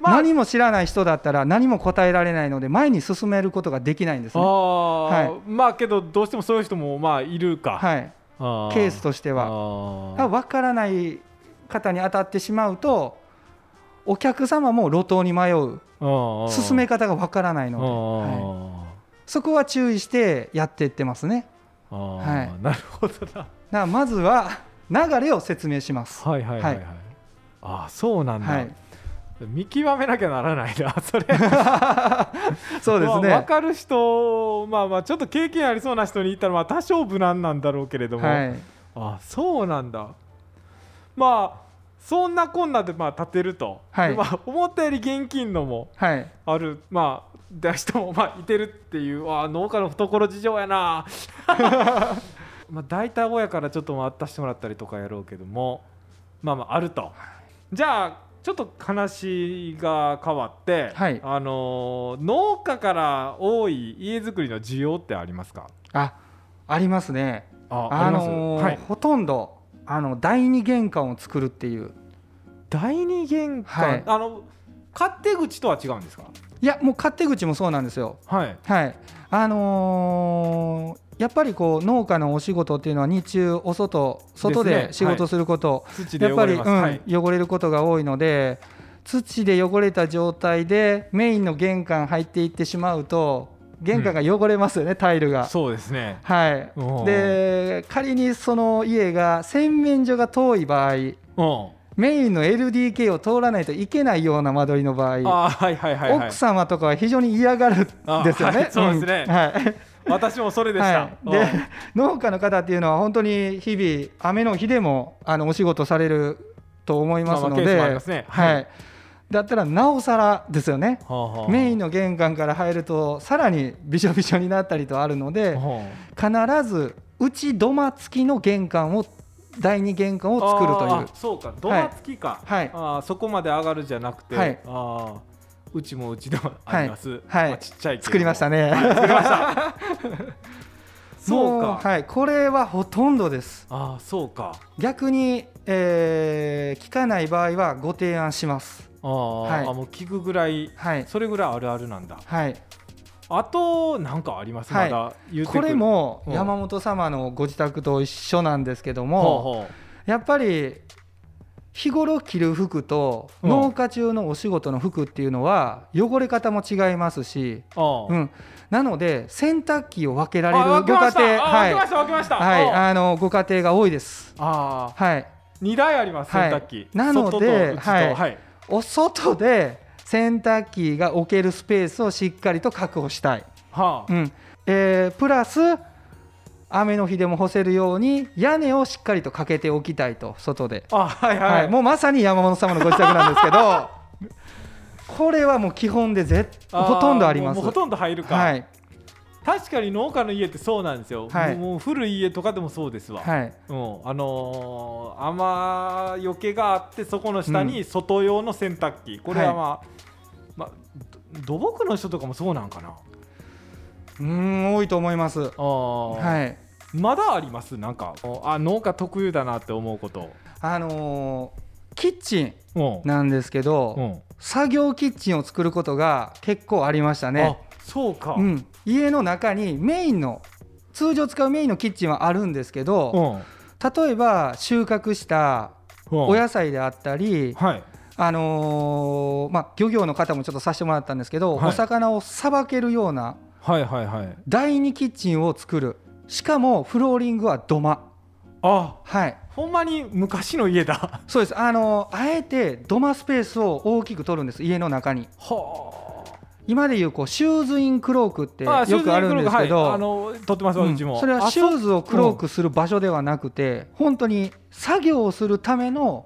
[SPEAKER 1] まあ
[SPEAKER 2] 何も知らない人だったら、何も答えられないので、前に進めることができないんです
[SPEAKER 1] ああ、
[SPEAKER 2] ね。は
[SPEAKER 1] まあけどどうしてもそういう人もまあいるか、
[SPEAKER 2] はい、
[SPEAKER 1] あ
[SPEAKER 2] ケースとしては。
[SPEAKER 1] は
[SPEAKER 2] 分からない方に当たってしまうとお客様も路頭に迷う進め方が分からない
[SPEAKER 1] あー
[SPEAKER 2] ので、はいそこは注意してやっていってますね
[SPEAKER 1] あー
[SPEAKER 2] はい
[SPEAKER 1] なるほどな
[SPEAKER 2] だからまずは流れを説明 します
[SPEAKER 1] はいはいはいはい、
[SPEAKER 2] は
[SPEAKER 1] ああそうなんだ、
[SPEAKER 2] はい
[SPEAKER 1] 見極めなきゃならないな それ
[SPEAKER 2] そうです
[SPEAKER 1] まあ分
[SPEAKER 2] ね
[SPEAKER 1] かる人まあまあちょっと経験ありそうな人に言ったらまあ多少無難なんだろうけれども、
[SPEAKER 2] はい
[SPEAKER 1] あそうなんだまあそんなこんなでまあ立てると、
[SPEAKER 2] はい
[SPEAKER 1] でまあ、思ったより現金のも
[SPEAKER 2] はい
[SPEAKER 1] あるまあで人もまあいてるっていうあ農家の懐事情やな まあ大体親からちょっとまあ渡してもらったりとかやろうけどもまあまああるとじゃあちょっと話が変わって、
[SPEAKER 2] はい
[SPEAKER 1] あのー農家から多い家づくりの需要ってありますか
[SPEAKER 2] あありますね
[SPEAKER 1] あ
[SPEAKER 2] あのー
[SPEAKER 1] はい、
[SPEAKER 2] ほとんどあの第二玄関を作るっていう
[SPEAKER 1] 第二玄関、
[SPEAKER 2] はい
[SPEAKER 1] あの勝手口とは違うんですか
[SPEAKER 2] いやもう勝手口もそうなんですよ
[SPEAKER 1] はい
[SPEAKER 2] はいあのーやっぱりこう農家のお仕事っていうのは日中お外外
[SPEAKER 1] ですね
[SPEAKER 2] で仕事すること、
[SPEAKER 1] 土で
[SPEAKER 2] やっぱ
[SPEAKER 1] 汚
[SPEAKER 2] り、
[SPEAKER 1] れ
[SPEAKER 2] う
[SPEAKER 1] ま
[SPEAKER 2] ん
[SPEAKER 1] す、はい、
[SPEAKER 2] 汚れることが多いので土で汚れた状態でメインの玄関入っていってしまうと玄関が汚れますよね、タイルが。
[SPEAKER 1] そうですね
[SPEAKER 2] はい
[SPEAKER 1] おー、
[SPEAKER 2] で仮にその家が洗面所が遠い場合
[SPEAKER 1] うん
[SPEAKER 2] メインの LDK を通らないといけないような間取りの場合、
[SPEAKER 1] あーはいはいはい、はい
[SPEAKER 2] 奥、様とかは非常に嫌がるん
[SPEAKER 1] あ
[SPEAKER 2] ですよね。
[SPEAKER 1] はいそうですね
[SPEAKER 2] んはい
[SPEAKER 1] 私もそれでした、
[SPEAKER 2] はい、で農家の方っていうのは本当に日々雨の日でもあのお仕事されると思いますの
[SPEAKER 1] まあまあケース
[SPEAKER 2] で、
[SPEAKER 1] もありますねは
[SPEAKER 2] はいいだったらなおさらですよねメイン
[SPEAKER 1] ン
[SPEAKER 2] の玄関から入るとさらにびしょびしょになったりとあるので必ず内土間付きの玄関を第二玄関を作るという
[SPEAKER 1] そうか土間付きか、
[SPEAKER 2] はい
[SPEAKER 1] あーそこまで上がるじゃなくて、
[SPEAKER 2] はい
[SPEAKER 1] あーうちもうちでもあります、
[SPEAKER 2] はい
[SPEAKER 1] まあちっちゃいけど
[SPEAKER 2] 作りましたね、
[SPEAKER 1] そう
[SPEAKER 2] も
[SPEAKER 1] か、
[SPEAKER 2] はい、これはほとんどです
[SPEAKER 1] ああそうか
[SPEAKER 2] 逆に、えー聞かない場合はご提案します
[SPEAKER 1] あー、
[SPEAKER 2] はい
[SPEAKER 1] あもう聞くぐらい
[SPEAKER 2] はい
[SPEAKER 1] それぐらいあるあるなんだ
[SPEAKER 2] はい
[SPEAKER 1] あとなんかあります、
[SPEAKER 2] はい
[SPEAKER 1] まだ言うてく
[SPEAKER 2] こ
[SPEAKER 1] る
[SPEAKER 2] れも
[SPEAKER 1] うん
[SPEAKER 2] 山本様のご自宅と一緒なんですけど
[SPEAKER 1] ほう
[SPEAKER 2] も、
[SPEAKER 1] ほ
[SPEAKER 2] やっぱり日頃着る服と
[SPEAKER 1] うん
[SPEAKER 2] 農家中のお仕事の服っていうのは汚れ方も違いますし、
[SPEAKER 1] うあ
[SPEAKER 2] うん、なので洗濯機を分けられる
[SPEAKER 1] あ分
[SPEAKER 2] ご
[SPEAKER 1] けま
[SPEAKER 2] 家
[SPEAKER 1] した
[SPEAKER 2] 庭
[SPEAKER 1] あ分
[SPEAKER 2] はい
[SPEAKER 1] けました分けました、
[SPEAKER 2] はい、
[SPEAKER 1] あ
[SPEAKER 2] あのご家庭が多いです。
[SPEAKER 1] あ
[SPEAKER 2] はい、
[SPEAKER 1] 2台あります
[SPEAKER 2] は
[SPEAKER 1] 洗
[SPEAKER 2] い
[SPEAKER 1] 濯機、
[SPEAKER 2] なので
[SPEAKER 1] 外と内と
[SPEAKER 2] はい
[SPEAKER 1] はい
[SPEAKER 2] お外で洗濯機が置けるスペースをしっかりと確保したい。
[SPEAKER 1] はあ
[SPEAKER 2] うんえープラス雨の日でも干せるように屋根をしっかりとかけておきたいと外で、
[SPEAKER 1] あはいはい、
[SPEAKER 2] はい、もうまさに山本様のご自宅なんですけ どこれはもう基本でぜ
[SPEAKER 1] あー
[SPEAKER 2] ほとんどあります
[SPEAKER 1] もうもうほとんど入るか、
[SPEAKER 2] はい
[SPEAKER 1] 確かに農家の家ってそうなんですよ、
[SPEAKER 2] は
[SPEAKER 1] も
[SPEAKER 2] い
[SPEAKER 1] うもう古い家とかでもそうですわ、
[SPEAKER 2] はい
[SPEAKER 1] うん、あのー雨よけがあってそこの下に外用の洗濯機、これはまあ、まあど土木の人とかもそうなんかな
[SPEAKER 2] うーん多いと思います
[SPEAKER 1] あー、
[SPEAKER 2] はい
[SPEAKER 1] まだありますなんかあ農家特有だなって思うこと
[SPEAKER 2] あのーキッチン
[SPEAKER 1] うん
[SPEAKER 2] なんですけど、
[SPEAKER 1] うん
[SPEAKER 2] 作業キッチンを作ることが結構ありました
[SPEAKER 1] あ
[SPEAKER 2] ね
[SPEAKER 1] そうか、
[SPEAKER 2] うん、家の中にメインの通常使うメインのキッチンはあるんですけ
[SPEAKER 1] う
[SPEAKER 2] ど、
[SPEAKER 1] ん
[SPEAKER 2] 例えば収穫したお野菜であったり、
[SPEAKER 1] はい
[SPEAKER 2] あのーまあ、漁業の方もちょっとさせてもらったんですけど、
[SPEAKER 1] はい
[SPEAKER 2] お魚をさばけるような
[SPEAKER 1] はいはいはい
[SPEAKER 2] 第二キッチンを作るしかもフローリングは土間
[SPEAKER 1] あ
[SPEAKER 2] はい
[SPEAKER 1] ほんまに昔の家だ
[SPEAKER 2] そうです、あのーあえて土間スペースを大きく取るんです家の中に
[SPEAKER 1] はあ
[SPEAKER 2] 今でいうこうシューズインクロークって
[SPEAKER 1] あ
[SPEAKER 2] よくあるんですけ
[SPEAKER 1] はい、あ
[SPEAKER 2] ど
[SPEAKER 1] の撮ってますわ、
[SPEAKER 2] う
[SPEAKER 1] うんちも
[SPEAKER 2] それはシューズをクロー
[SPEAKER 1] あ
[SPEAKER 2] クする場所ではなくて本当に作業をするための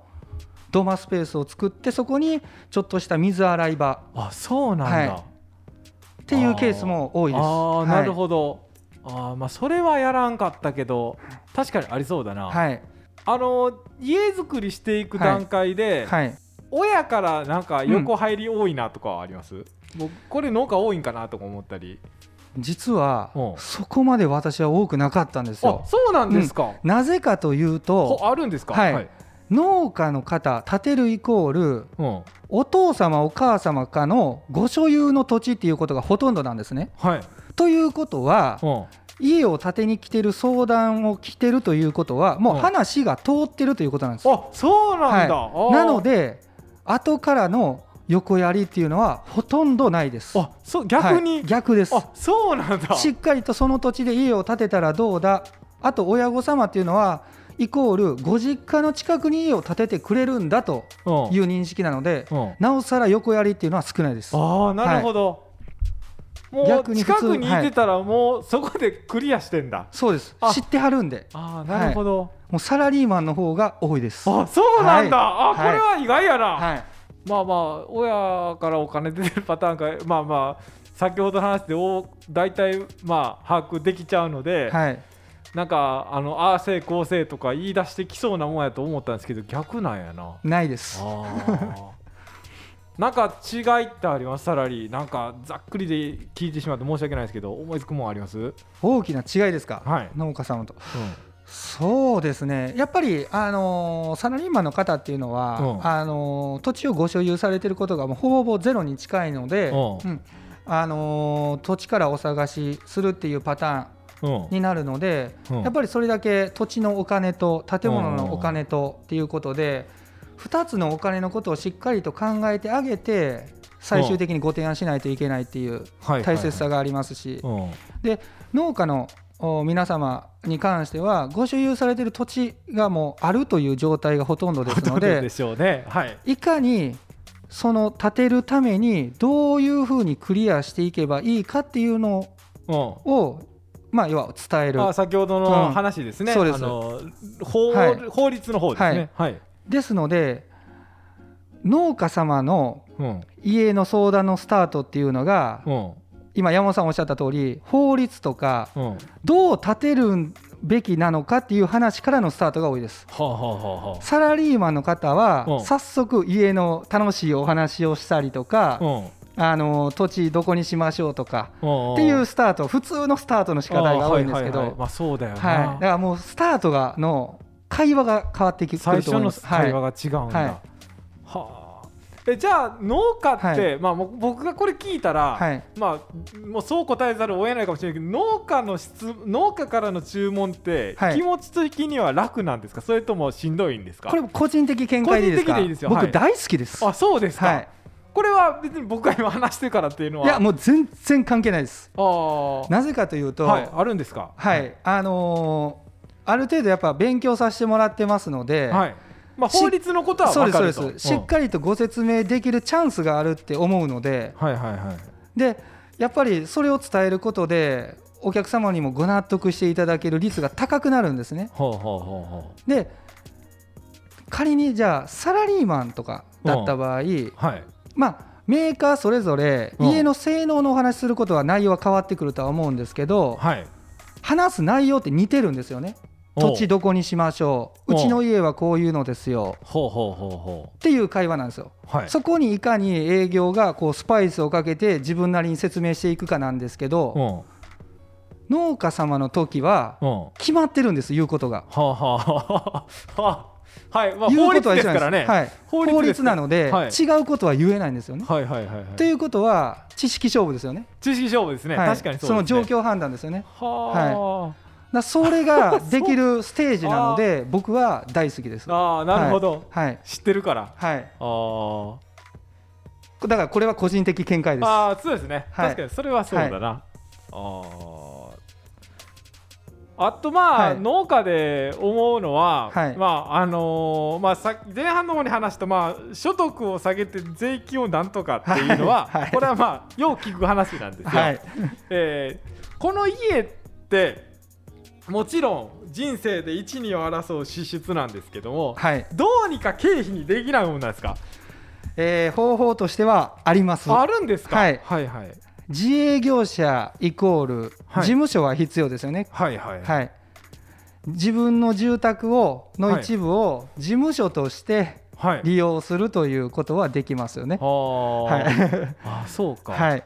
[SPEAKER 2] 土間スペースを作ってそこにちょっとした水洗い場
[SPEAKER 1] そあそうなんだ、
[SPEAKER 2] はいっていうケースも多いです。
[SPEAKER 1] あー
[SPEAKER 2] はい
[SPEAKER 1] なるほどあーまあそれはやらんかったけど確かにありそうだな、
[SPEAKER 2] はい
[SPEAKER 1] あの家づくりしていく段階で、
[SPEAKER 2] はい、
[SPEAKER 1] 親からなんか横入り多いなとかはあります、僕これ農家多いんかなとか思ったり
[SPEAKER 2] 実は
[SPEAKER 1] うん
[SPEAKER 2] そこまで私は多くなかったんです
[SPEAKER 1] あ
[SPEAKER 2] よ。
[SPEAKER 1] そうなんですか、
[SPEAKER 2] なぜかというと
[SPEAKER 1] ほあるんですか
[SPEAKER 2] はい農家の方建てるイコール
[SPEAKER 1] うん
[SPEAKER 2] お父様お母様かのご所有の土地っていうことがほとんどなんですね。
[SPEAKER 1] はい
[SPEAKER 2] ということは
[SPEAKER 1] うん
[SPEAKER 2] 家を建てに来てる相談を来てるということはもう
[SPEAKER 1] うん
[SPEAKER 2] 話が通ってるということなんです。
[SPEAKER 1] あそうなんだ、
[SPEAKER 2] はい、なの
[SPEAKER 1] で
[SPEAKER 2] で後からの横やりっていうのはほとんどないです。
[SPEAKER 1] あそう逆
[SPEAKER 2] は
[SPEAKER 1] に、
[SPEAKER 2] い逆です。
[SPEAKER 1] あそうなんだ
[SPEAKER 2] しっかりとその土地で家を建てたらどうだあと親御様っていうのはイコールご実家の近くに家を建ててくれるんだと
[SPEAKER 1] うん
[SPEAKER 2] いう認識なので
[SPEAKER 1] うん
[SPEAKER 2] なおさら横やりっていうのは少ないです
[SPEAKER 1] ああなるほど、もう
[SPEAKER 2] 逆に普
[SPEAKER 1] 近
[SPEAKER 2] 通
[SPEAKER 1] くにいてたらもうそこでクリアしてんだ、
[SPEAKER 2] そうです
[SPEAKER 1] あ
[SPEAKER 2] 知ってはるんで
[SPEAKER 1] ああなるほど、
[SPEAKER 2] もうサラリーマンの方が多いです
[SPEAKER 1] あそうなんだ、
[SPEAKER 2] はい
[SPEAKER 1] あこれは意外やな、
[SPEAKER 2] はい
[SPEAKER 1] まあまあ親からお金出てるパターンかまあまあ先ほどの話でお大体まあ把握できちゃうので、
[SPEAKER 2] はい
[SPEAKER 1] なんかあのああせいこうせいとか言い出してきそうなもんやと思ったんですけど逆なんやな
[SPEAKER 2] ないです
[SPEAKER 1] あなんか違いってありますサラリーなんかざっくりで聞いてしまって申し訳ないですけど思いつくもんあります、うん、
[SPEAKER 2] 大きな違いですか、
[SPEAKER 1] はい
[SPEAKER 2] 農家さんとそうですねやっぱり、あのーサラリーマンの方っていうのは、
[SPEAKER 1] うん
[SPEAKER 2] あのー土地をご所有されてることがもうほぼほぼゼロに近いので、
[SPEAKER 1] うん
[SPEAKER 2] うんあのー土地からお探しするっていうパターン
[SPEAKER 1] うん
[SPEAKER 2] になるので、
[SPEAKER 1] うん
[SPEAKER 2] やっぱりそれだけ土地のお金と建物のお金とっていうことで、2つのお金のことをしっかりと考えてあげて最終的にご提案しないといけないっていう
[SPEAKER 1] はい
[SPEAKER 2] 大切さ
[SPEAKER 1] が
[SPEAKER 2] がありますし、
[SPEAKER 1] うん
[SPEAKER 2] で農家のお皆様に関してはご所有されている土地がもうあるという状態がほとんどですの
[SPEAKER 1] どう で
[SPEAKER 2] で
[SPEAKER 1] しょうねはい
[SPEAKER 2] いかにその建てるためにどういうふうにクリアしていけばいいかっていうの
[SPEAKER 1] うん
[SPEAKER 2] をまあ要は伝える
[SPEAKER 1] あ先ほどの
[SPEAKER 2] うん
[SPEAKER 1] 話ですね、
[SPEAKER 2] そうです
[SPEAKER 1] あの法,、
[SPEAKER 2] はい
[SPEAKER 1] 法律の方ですねはい、
[SPEAKER 2] ですので農家様の
[SPEAKER 1] うん
[SPEAKER 2] 家の相談のスタートっていうのが
[SPEAKER 1] うん
[SPEAKER 2] 今山本さんおっしゃった通り法律とか
[SPEAKER 1] うんは
[SPEAKER 2] どう建てるべきなのかっていう話からのスタートが多いです
[SPEAKER 1] あ、はあはあは
[SPEAKER 2] サラリーマンの方
[SPEAKER 1] うん
[SPEAKER 2] は早速家の楽しいお話をしたりと
[SPEAKER 1] あ、う
[SPEAKER 2] か
[SPEAKER 1] ん
[SPEAKER 2] あの土地どこにしましょうとか
[SPEAKER 1] うん、
[SPEAKER 2] っていう
[SPEAKER 1] 仕
[SPEAKER 2] スタート普通のスタートの仕方が多いんですけど
[SPEAKER 1] まあそうだよな、
[SPEAKER 2] はいだからもうスタートがの会話が変わってきく
[SPEAKER 1] 最
[SPEAKER 2] ると
[SPEAKER 1] 初
[SPEAKER 2] 思い
[SPEAKER 1] の
[SPEAKER 2] ます
[SPEAKER 1] 会話
[SPEAKER 2] はい
[SPEAKER 1] が違うんだ、
[SPEAKER 2] は
[SPEAKER 1] はいあえじゃあ農家って、
[SPEAKER 2] は
[SPEAKER 1] まあ、もう僕がこれ聞いたら、
[SPEAKER 2] はい
[SPEAKER 1] まあ、もうそう答えざるを得ないかもしれないけど農家の質農家からの注文って、
[SPEAKER 2] はい
[SPEAKER 1] 気持ち的には楽なんですかそれともしんどいんですか
[SPEAKER 2] これも個人的見解でいいです
[SPEAKER 1] 個
[SPEAKER 2] か
[SPEAKER 1] 人的でいいですよは
[SPEAKER 2] 僕
[SPEAKER 1] い
[SPEAKER 2] 大好きです、
[SPEAKER 1] あそうですか、
[SPEAKER 2] はい、
[SPEAKER 1] これは別に僕が今話してるからっていうのはい
[SPEAKER 2] やもう全然関係ないです
[SPEAKER 1] ああ
[SPEAKER 2] なぜかというと
[SPEAKER 1] はい
[SPEAKER 2] は
[SPEAKER 1] あるんですか
[SPEAKER 2] い、あのーある程度やっぱ勉強させてもらってますので、
[SPEAKER 1] はいまあ
[SPEAKER 2] し
[SPEAKER 1] 法律のことは
[SPEAKER 2] そうで
[SPEAKER 1] 分
[SPEAKER 2] す
[SPEAKER 1] か
[SPEAKER 2] そう
[SPEAKER 1] ると
[SPEAKER 2] です、しっかりとご説明できるチャンスがあるって思うので
[SPEAKER 1] り、はいはいはい
[SPEAKER 2] でやっぱりそれを伝えることでお客様にもご納得していただける率が高くなるんですね
[SPEAKER 1] ほうほうほうほ
[SPEAKER 2] で仮にじゃあサラリーマンとかだった場合、
[SPEAKER 1] うはい
[SPEAKER 2] まあメーカーそれぞれ
[SPEAKER 1] うん
[SPEAKER 2] 家の性能のお話しすることは内容は変わってくるとは思うんですけど、
[SPEAKER 1] はい
[SPEAKER 2] 話す内容って似てるんですよね土地どこにしましょう
[SPEAKER 1] お
[SPEAKER 2] う
[SPEAKER 1] う
[SPEAKER 2] ちの家はこういうのですよ
[SPEAKER 1] ほうほうほうほ
[SPEAKER 2] っていう会話なんですよ、
[SPEAKER 1] うはい
[SPEAKER 2] そこにいかに営業がこうスパイスをかけて自分なりに説明していくかなんですけど、
[SPEAKER 1] うん
[SPEAKER 2] 農家様の時は
[SPEAKER 1] うん
[SPEAKER 2] 決まってるんです言うことが、
[SPEAKER 1] はあはあはあ はあはい、まあ、
[SPEAKER 2] 言う
[SPEAKER 1] 法
[SPEAKER 2] こと
[SPEAKER 1] 律です
[SPEAKER 2] は一緒
[SPEAKER 1] から
[SPEAKER 2] なん
[SPEAKER 1] ね
[SPEAKER 2] です、はい、
[SPEAKER 1] 法
[SPEAKER 2] 法
[SPEAKER 1] 律
[SPEAKER 2] 律
[SPEAKER 1] です
[SPEAKER 2] なので、
[SPEAKER 1] はい
[SPEAKER 2] 違うことは言えないんですよね、
[SPEAKER 1] はいはいはいはい
[SPEAKER 2] ということは知識勝負ですよね
[SPEAKER 1] 知識勝負ですね、
[SPEAKER 2] はい
[SPEAKER 1] 確かにそうです、ね、
[SPEAKER 2] の状況判断ですよね
[SPEAKER 1] 況は
[SPEAKER 2] だからそ れができるステージなので僕は大好きです
[SPEAKER 1] あ、ああなるほど、
[SPEAKER 2] はい
[SPEAKER 1] 知ってるからあ
[SPEAKER 2] はい
[SPEAKER 1] あ
[SPEAKER 2] だからこれは個人的見解です
[SPEAKER 1] ああそうですね、
[SPEAKER 2] はい
[SPEAKER 1] 確かにそれはそうだな、あああとまあ、
[SPEAKER 2] はい
[SPEAKER 1] 農家で思うのは、
[SPEAKER 2] はい
[SPEAKER 1] まああのーまあ、さ前半の方に話した、まあ、所得を下げて税金をなんとかっていうのは、
[SPEAKER 2] はいはい
[SPEAKER 1] これはまあよう聞く話なんですよ、
[SPEAKER 2] はい
[SPEAKER 1] えーこの家ってもちろん人生で一二を争う支出なんですけども、
[SPEAKER 2] はい
[SPEAKER 1] どうにか経費にできないものなんですか
[SPEAKER 2] えー方法としてはあります
[SPEAKER 1] あるんですか、
[SPEAKER 2] はい
[SPEAKER 1] はいはい
[SPEAKER 2] 自営業者イコール
[SPEAKER 1] はい
[SPEAKER 2] 事務所は必要ですよね
[SPEAKER 1] はいはい
[SPEAKER 2] はい、自分の住宅を
[SPEAKER 1] は
[SPEAKER 2] の
[SPEAKER 1] い
[SPEAKER 2] 一部を事務所として
[SPEAKER 1] はい
[SPEAKER 2] 利用するということはできますよね
[SPEAKER 1] あー、
[SPEAKER 2] はい
[SPEAKER 1] あそうか、
[SPEAKER 2] はい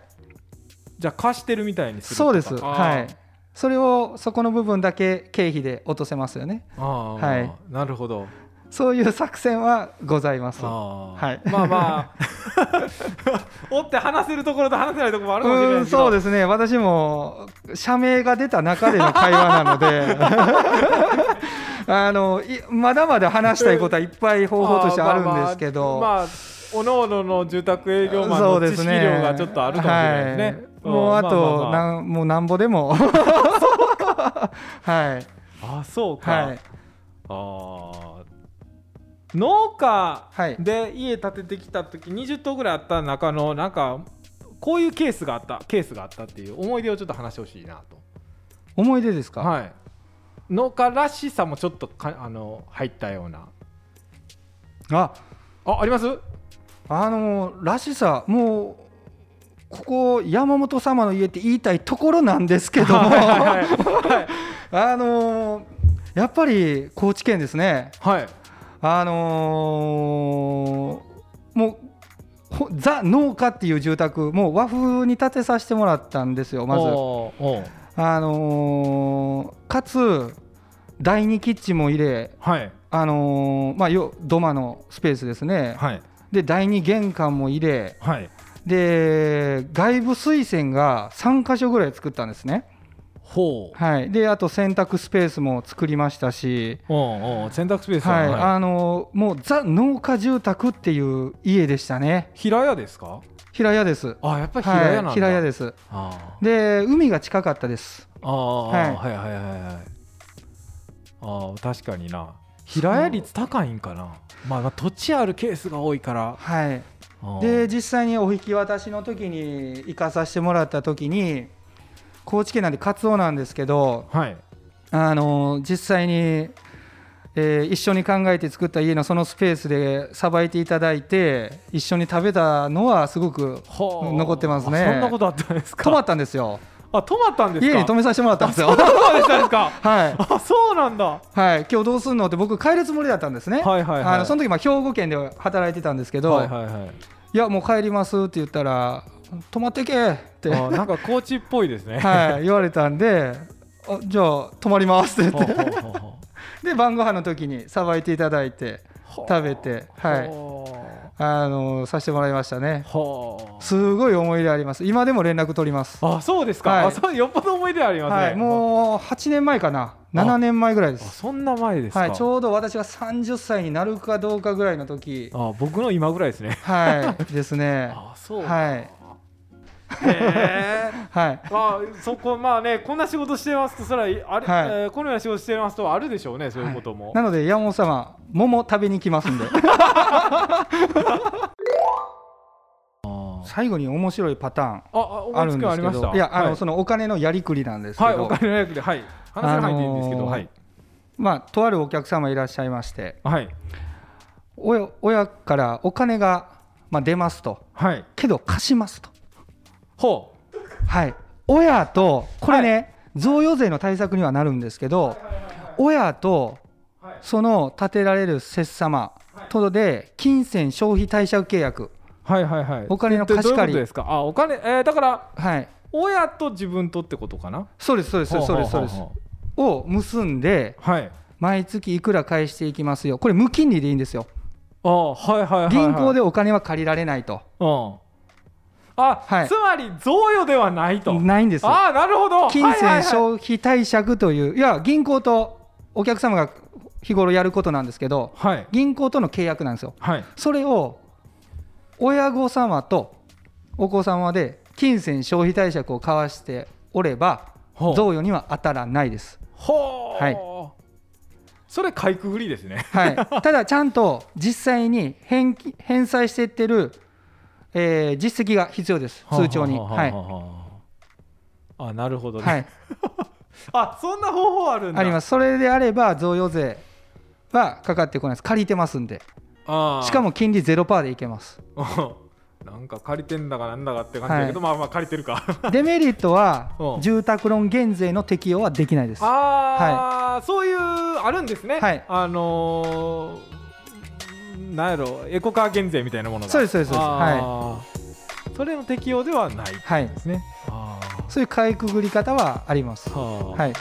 [SPEAKER 1] じゃあ貸してるみたいにするとか
[SPEAKER 2] そうです
[SPEAKER 1] あー
[SPEAKER 2] はいそれをそこの部分だけ経費で落とせますよね
[SPEAKER 1] ああ、
[SPEAKER 2] はい
[SPEAKER 1] なるほど
[SPEAKER 2] そういう作戦はございます
[SPEAKER 1] あー、
[SPEAKER 2] はい
[SPEAKER 1] まあ まあおって話せるところと話せないところもあるかもしれな
[SPEAKER 2] う
[SPEAKER 1] い
[SPEAKER 2] ん
[SPEAKER 1] けど
[SPEAKER 2] そうですね私も社名が出た中での会話なのであのいまだまだ話したいことはいっぱい方法としてあるんですけど、
[SPEAKER 1] まあまあまあおのおのの住宅営業マン
[SPEAKER 2] そう
[SPEAKER 1] の
[SPEAKER 2] で
[SPEAKER 1] 知
[SPEAKER 2] す
[SPEAKER 1] 識
[SPEAKER 2] ね
[SPEAKER 1] 量がちょっとあるかもしれないですね。
[SPEAKER 2] はいもうあ
[SPEAKER 1] ま
[SPEAKER 2] と、
[SPEAKER 1] あまあま
[SPEAKER 2] なんもうなんぼでもはい
[SPEAKER 1] あ、あそうか、
[SPEAKER 2] はい
[SPEAKER 1] あー農家
[SPEAKER 2] はい
[SPEAKER 1] で家建ててきた時20棟ぐらいあった中のなんかこういうケースがあったケースがあったっていう思い出をちょっと話してほしいなと。
[SPEAKER 2] 思い出ですか、
[SPEAKER 1] はい農家らしさもちょっとかあの入ったような
[SPEAKER 2] あ
[SPEAKER 1] ああります
[SPEAKER 2] あのらしさもうここ山本様の家って言いたいところなんですけども
[SPEAKER 1] はいはい
[SPEAKER 2] あのやっぱり高知県ですね
[SPEAKER 1] はい
[SPEAKER 2] あのーもうほザ農家っていう住宅もう和風に建てさせてもらったんですよまず。
[SPEAKER 1] おーおー
[SPEAKER 2] あのーかつ第2キッチンも入れ、
[SPEAKER 1] はい
[SPEAKER 2] あのーまあ、よ土間のスペースですね、
[SPEAKER 1] はい
[SPEAKER 2] で第2玄関も入れ
[SPEAKER 1] はい
[SPEAKER 2] で外部水栓が3箇所ぐらい作ったんですね、
[SPEAKER 1] ほう
[SPEAKER 2] はい、であと洗濯スペースも作りましたし、
[SPEAKER 1] おうおう洗濯スペース
[SPEAKER 2] はい
[SPEAKER 1] はい
[SPEAKER 2] あのーもうザ農家住宅っていう家でしたね
[SPEAKER 1] 平屋ですか
[SPEAKER 2] 平屋です
[SPEAKER 1] あやっぱり平屋なんだ、
[SPEAKER 2] はい、平屋です
[SPEAKER 1] あ
[SPEAKER 2] で海が近かったです
[SPEAKER 1] ーあー、はい、はいはいはいはいああ確かにな平屋率高いんかな、まあ、まあ土地あるケースが多いから
[SPEAKER 2] はい
[SPEAKER 1] あー
[SPEAKER 2] で実際にお引き渡しの時に行かさせてもらった時に高知県なんでカツオなんですけど
[SPEAKER 1] はい
[SPEAKER 2] あの実際に、えー一緒に考えて作った家のそのスペースでさばいていただいて一緒に食べたのはすごく
[SPEAKER 1] はあ
[SPEAKER 2] 残ってますね
[SPEAKER 1] あそんなことあったんですか
[SPEAKER 2] 止まったんですよ
[SPEAKER 1] あ止まったんです
[SPEAKER 2] 家
[SPEAKER 1] か
[SPEAKER 2] に止めさせてもらったんですよ
[SPEAKER 1] そうでしたですか
[SPEAKER 2] はい
[SPEAKER 1] あそうなんだは
[SPEAKER 2] はい今日どうすんのって僕帰るつもりだったんですね、
[SPEAKER 1] いはいはい
[SPEAKER 2] あのその時まあ兵庫県で働いてたんですけど、
[SPEAKER 1] はい
[SPEAKER 2] い
[SPEAKER 1] はいはい
[SPEAKER 2] やもう帰りますって言ったら泊まってけって
[SPEAKER 1] あなんか高知っぽいですね
[SPEAKER 2] はい、言われたんで、あじゃあ、泊まりますって
[SPEAKER 1] ほ
[SPEAKER 2] 言
[SPEAKER 1] う
[SPEAKER 2] っ
[SPEAKER 1] ほ
[SPEAKER 2] て、
[SPEAKER 1] うほうほ
[SPEAKER 2] で、晩ご飯の時にさばいていただいて、
[SPEAKER 1] う
[SPEAKER 2] 食べてはい
[SPEAKER 1] ほう
[SPEAKER 2] あのさせてもらいましたね。
[SPEAKER 1] ほう
[SPEAKER 2] すごい思い入れあります。今でも連絡取ります。
[SPEAKER 1] あそうですか、
[SPEAKER 2] はい
[SPEAKER 1] あそうよっぽど思い出ありますね、
[SPEAKER 2] はい、もう8年前かな、7年前ぐらい
[SPEAKER 1] あ
[SPEAKER 2] です。
[SPEAKER 1] そんな前ですか、
[SPEAKER 2] はい、ちょうど私が30歳になるかどうかぐらいの時
[SPEAKER 1] あ僕の今ぐらいですね
[SPEAKER 2] はい、で すね。
[SPEAKER 1] あそうい
[SPEAKER 2] はい、
[SPEAKER 1] へえ
[SPEAKER 2] はい、
[SPEAKER 1] まあそこまあねこんな仕事してますとそれはあれ、
[SPEAKER 2] はい
[SPEAKER 1] えーこのような仕事してますとあるでしょうねそういうことも、
[SPEAKER 2] なので、山本様、桃食べに来ます んで。最後に面白いパターン。
[SPEAKER 1] ああ
[SPEAKER 2] あ
[SPEAKER 1] 思い
[SPEAKER 2] る
[SPEAKER 1] つ
[SPEAKER 2] ん
[SPEAKER 1] き
[SPEAKER 2] で
[SPEAKER 1] はあ
[SPEAKER 2] す
[SPEAKER 1] り
[SPEAKER 2] け
[SPEAKER 1] まし
[SPEAKER 2] ど、
[SPEAKER 1] た
[SPEAKER 2] いや、あの、
[SPEAKER 1] はい
[SPEAKER 2] そのお金のやりくりなんですけど。
[SPEAKER 1] はいお金の役ではい話が入っていいんですけど、
[SPEAKER 2] あのー
[SPEAKER 1] はい
[SPEAKER 2] まあ、とあるお客様いらっしゃいまして、
[SPEAKER 1] はい
[SPEAKER 2] 親親からお金が、まあ、出ますと、
[SPEAKER 1] はい
[SPEAKER 2] けど貸しますと、
[SPEAKER 1] ほう
[SPEAKER 2] はい、親と、これね、贈与税の対策にはなるんですけど、親と
[SPEAKER 1] はい
[SPEAKER 2] その建てられる切様とで、金銭消費貸借契約、
[SPEAKER 1] はいはいはい
[SPEAKER 2] お金の
[SPEAKER 1] で
[SPEAKER 2] 貸
[SPEAKER 1] どうい
[SPEAKER 2] し
[SPEAKER 1] うこ
[SPEAKER 2] 借
[SPEAKER 1] と
[SPEAKER 2] り、
[SPEAKER 1] ですかあお金、えー、だから
[SPEAKER 2] はい、
[SPEAKER 1] 親と自分とってことかな
[SPEAKER 2] そうです、そうです、そうです、そうです、
[SPEAKER 1] ほうほうほ
[SPEAKER 2] を結んで、
[SPEAKER 1] うはい
[SPEAKER 2] 毎月いくら返していきますよ、これ、無金利でいいんですよ、
[SPEAKER 1] あはいはいはい、はい、
[SPEAKER 2] 銀行でお金は借りられないと、
[SPEAKER 1] うんあ、
[SPEAKER 2] はい
[SPEAKER 1] つまり贈与ではないと
[SPEAKER 2] ないんですよ。
[SPEAKER 1] ああなるほど
[SPEAKER 2] 金
[SPEAKER 1] はいはい
[SPEAKER 2] 銭消費貸借という、いや、銀行とお客様が日頃やることなんですけど、
[SPEAKER 1] はいはい
[SPEAKER 2] 銀行との契約なんですよ。
[SPEAKER 1] はい
[SPEAKER 2] それを親御様とお子様で金銭消費貸借を交わしておれば、
[SPEAKER 1] ほう
[SPEAKER 2] 贈与には当たらないです。
[SPEAKER 1] ほう、
[SPEAKER 2] はい
[SPEAKER 1] それかいくぐりですね
[SPEAKER 2] はい、ただ、ちゃんと実際に返金返済していってる、えー実績が必要です、通帳に。
[SPEAKER 1] はあは
[SPEAKER 2] は
[SPEAKER 1] あ
[SPEAKER 2] い
[SPEAKER 1] はあはああなるほどね、
[SPEAKER 2] はい、
[SPEAKER 1] あそんな方法あるんだ
[SPEAKER 2] ありますす、それであれば贈与税はかかってこないです、借りてますんで。
[SPEAKER 1] あー
[SPEAKER 2] しかも金利0%でいけます。
[SPEAKER 1] うんなんか借りてんだかなんだかって感じだけど、まあまあ借りてるか
[SPEAKER 2] デメリットは
[SPEAKER 1] うん
[SPEAKER 2] 住宅ローン減税の適用はできないです。は
[SPEAKER 1] ああ、そういうあるんですね
[SPEAKER 2] はい
[SPEAKER 1] あのー、なんやろエコカー減税みたいなものが
[SPEAKER 2] そうですそうですそうです
[SPEAKER 1] いそれの適用ではない
[SPEAKER 2] い
[SPEAKER 1] で、すねあ
[SPEAKER 2] そういう買いくぐり方はあります。
[SPEAKER 1] ーはあ
[SPEAKER 2] はい、